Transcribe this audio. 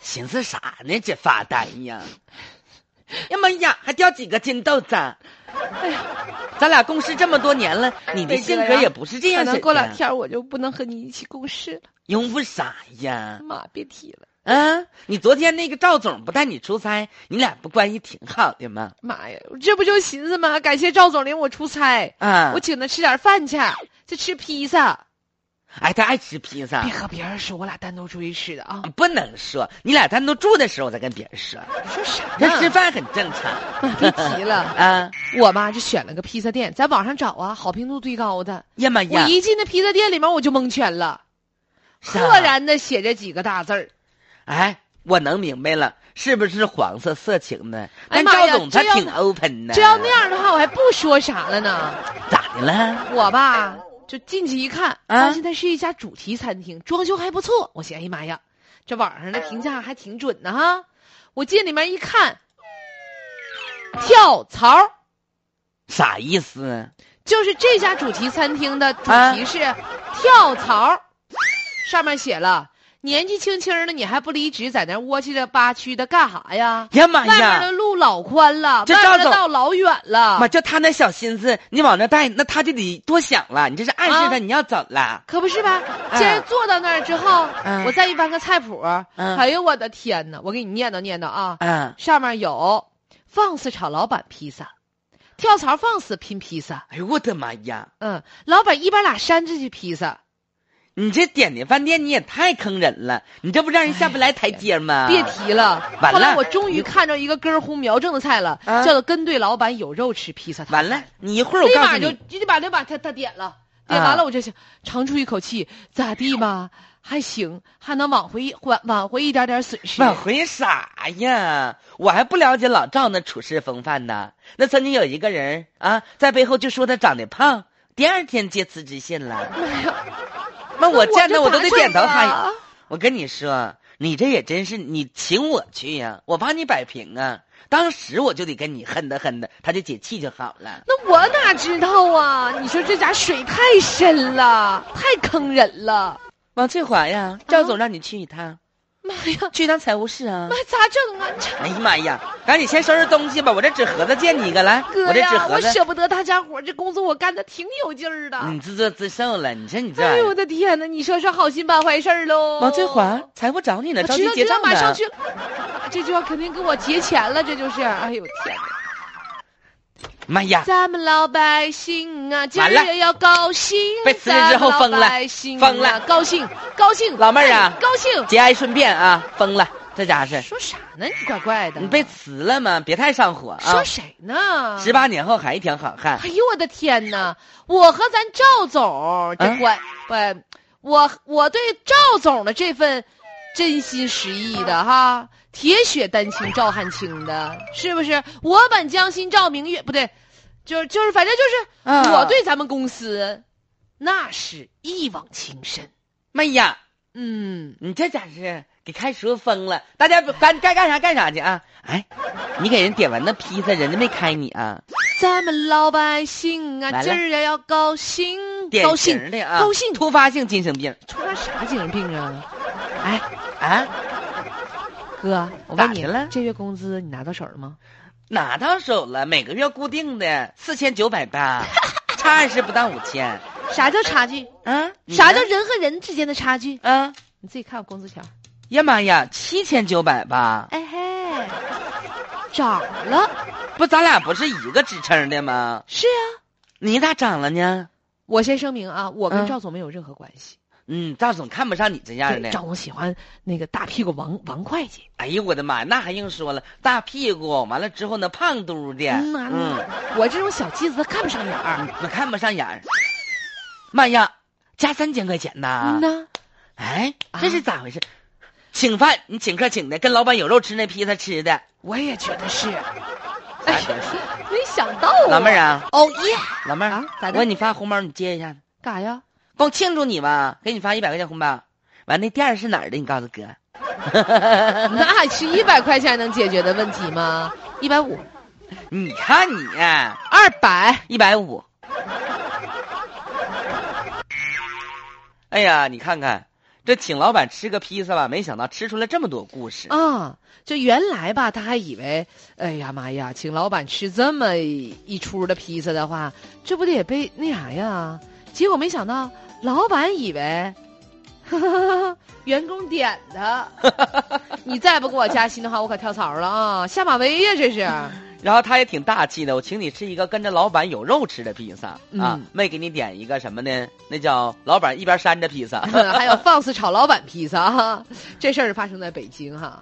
寻思啥呢？这发呆呀！呀妈呀，还掉几个金豆子！哎呀，咱俩共事这么多年了，你的性格也不是这样式可能的。过两天我就不能和你一起共事了。因为啥呀？妈，别提了，啊，你昨天那个赵总不带你出差，你俩不关系挺好的吗？妈呀，我这不就寻思吗？感谢赵总领我出差，啊，我请他吃点饭去，去吃披萨。哎，他爱吃披萨别，和别人说，我俩单独出去吃的啊！不能说。你俩单独住的时候再跟别人说，你说啥呢？嗯这吃饭很正常 妈别提了，啊。我妈就选了个披萨店，在网上找啊，好评度最高的。呀妈我哎呀，一进那披萨店里面，我就蒙圈了，啥赫然的写着几个大字儿。哎，我能明白了，是不是黄色色情呢？哎但妈呀赵总他这要挺 open 的，这要那样的话，我还不说啥了呢。咋的了？我吧，就进去一看，啊发现它是一家主题餐厅，装修还不错。我寻思，哎呀妈呀，这网上的评价还挺准的哈。我进里面一看，跳槽啥意思？就是这家主题餐厅的主啊题是跳槽，上面写了。年纪轻轻的你还不离职，在那窝气的八区的干啥呀？哎呀妈外面呀的！路老宽了，这外面赵的总道老远了。妈，就他那小心思，你往那带，那他就得多想了。你这是暗示啊他你要走了。可不是吧？哎既然坐到那儿之后，嗯我再一翻个菜谱，嗯哎呦我的天呐，我给你念叨念叨啊，啊，上面有放肆炒老板披萨，跳槽放肆拼披萨，哎呦我的妈呀！嗯，老板一边打扇子去披萨，你这点的饭店你也太坑人了，你这不让人下不来台阶吗？别提了。啊完了后来我终于看着一个根红苗正的菜了，啊叫做跟对老板有肉吃披萨。完了，，你一会儿我立告诉马就你，立马就把他他点了，啊点完了我就想长出一口气，咋地嘛？还行，还能挽回挽挽回一点点损失。挽回啥呀？我还不了解老赵那处事风范呢。那曾经有一个人啊，在背后就说他长得胖，第二天接辞职信了。妈呀！那我见着哎着我都得点头哈腰。我跟你说，你这也真是你请我去呀、我帮你摆平啊。当时我就得跟你恨的恨的，他就解气就好了。那我哪知道啊？你说这家水太深了，太坑人了。王翠华呀，赵总让你去一趟，妈呀，去一趟财务室啊妈。咋整啊？这哎呀妈呀，赶紧先收拾东西吧，我这纸盒子借你一个来，哥这呀纸，盒我子，嗯舍不得大家伙儿，这工作我干的挺有劲儿的。你自作自受了，你说你这玩啊哎意呦我儿。的天哪！你说说好心办坏事儿喽。王翠华，财务找你呢，我着知急道结知道，账马上呢。去了。这就要肯定给我结钱了，这就是。哎呦天哪！妈呀，咱们老百姓啊，今完儿了也要高兴。被辞职之后咱们疯了老百姓啊疯了高兴，高兴。老妹儿啊哎高兴。节哀顺变啊，疯了，这家伙是，说啥呢？你怪怪的。哎你被辞了吗？别太上火啊说！谁呢？十八年后还一条好汉哎，呦我的天哪！我和咱赵总，这啊关关，我我对赵总的这份真心实意的哈，铁血丹青赵汉卿的，是不是？我本将心照明月，不对，就是就是，反正就是、啊我对咱们公司那是一往情深。妈呀，嗯，你这家伙是给开除疯了！大家赶该干啥干啥去啊！哎，你给人点完那披萨，人家没开你啊，咱们老百姓啊，完了今儿也要高兴，典高兴。型的啊，高兴突发性精神病出发啥精神病啊？哎，啊，哥，我问你咋的了这月工资你拿到手了吗？拿到手了，每个月固定的四千九百 八，差二十不到五千啥叫差距？啊？你啥呢叫人和人之间的差距？啊？你自己看我工资条。呀妈呀，七千九百八，哎嘿，涨了。不，咱俩不是一个支撑的吗？是啊，你咋涨了呢？我先声明啊，我跟嗯赵总没有任何关系。嗯，赵总看不上你这样的对，。赵总喜欢那个大屁股王王会计。哎呦我的妈，那还用说了，大屁股，完了之后呢，胖嘟的，嗯啊呐，嗯。我这种小鸡子他看不上眼儿。我看不上眼儿。妈呀，加三千块钱呐嗯！呐，哎啊，这是咋回事？请饭，你请客请的，跟老板有肉吃那披萨吃的。我也觉得是。哎哎，没想到啊，老妹儿啊，哦耶，老妹儿啊咋的我给你发红包，你接一下，干啥呀？光庆祝你吧，给你发一百块钱红包。完，那店儿是哪儿的？你告诉哥。 那是一百块钱能解决的问题吗？一百五，你看你，啊二百。一百五。哎呀，你看看，这请老板吃个披萨吧，没想到吃出来这么多故事。啊，这原来吧，他还以为，哎呀妈呀，请老板吃这么一出的披萨的话，这不得被那啥呀？结果没想到，老板以为，哈哈哈员工点的， 你再不给我加薪的话，我可跳槽了啊！下马威呀，这是。 然后他也挺大气的，我请你吃一个跟着老板有肉吃的披萨、啊嗯，没给你点一个什么呢？那叫老板一边扇着披萨。还有放肆炒老板披萨啊，这事儿发生在北京哈、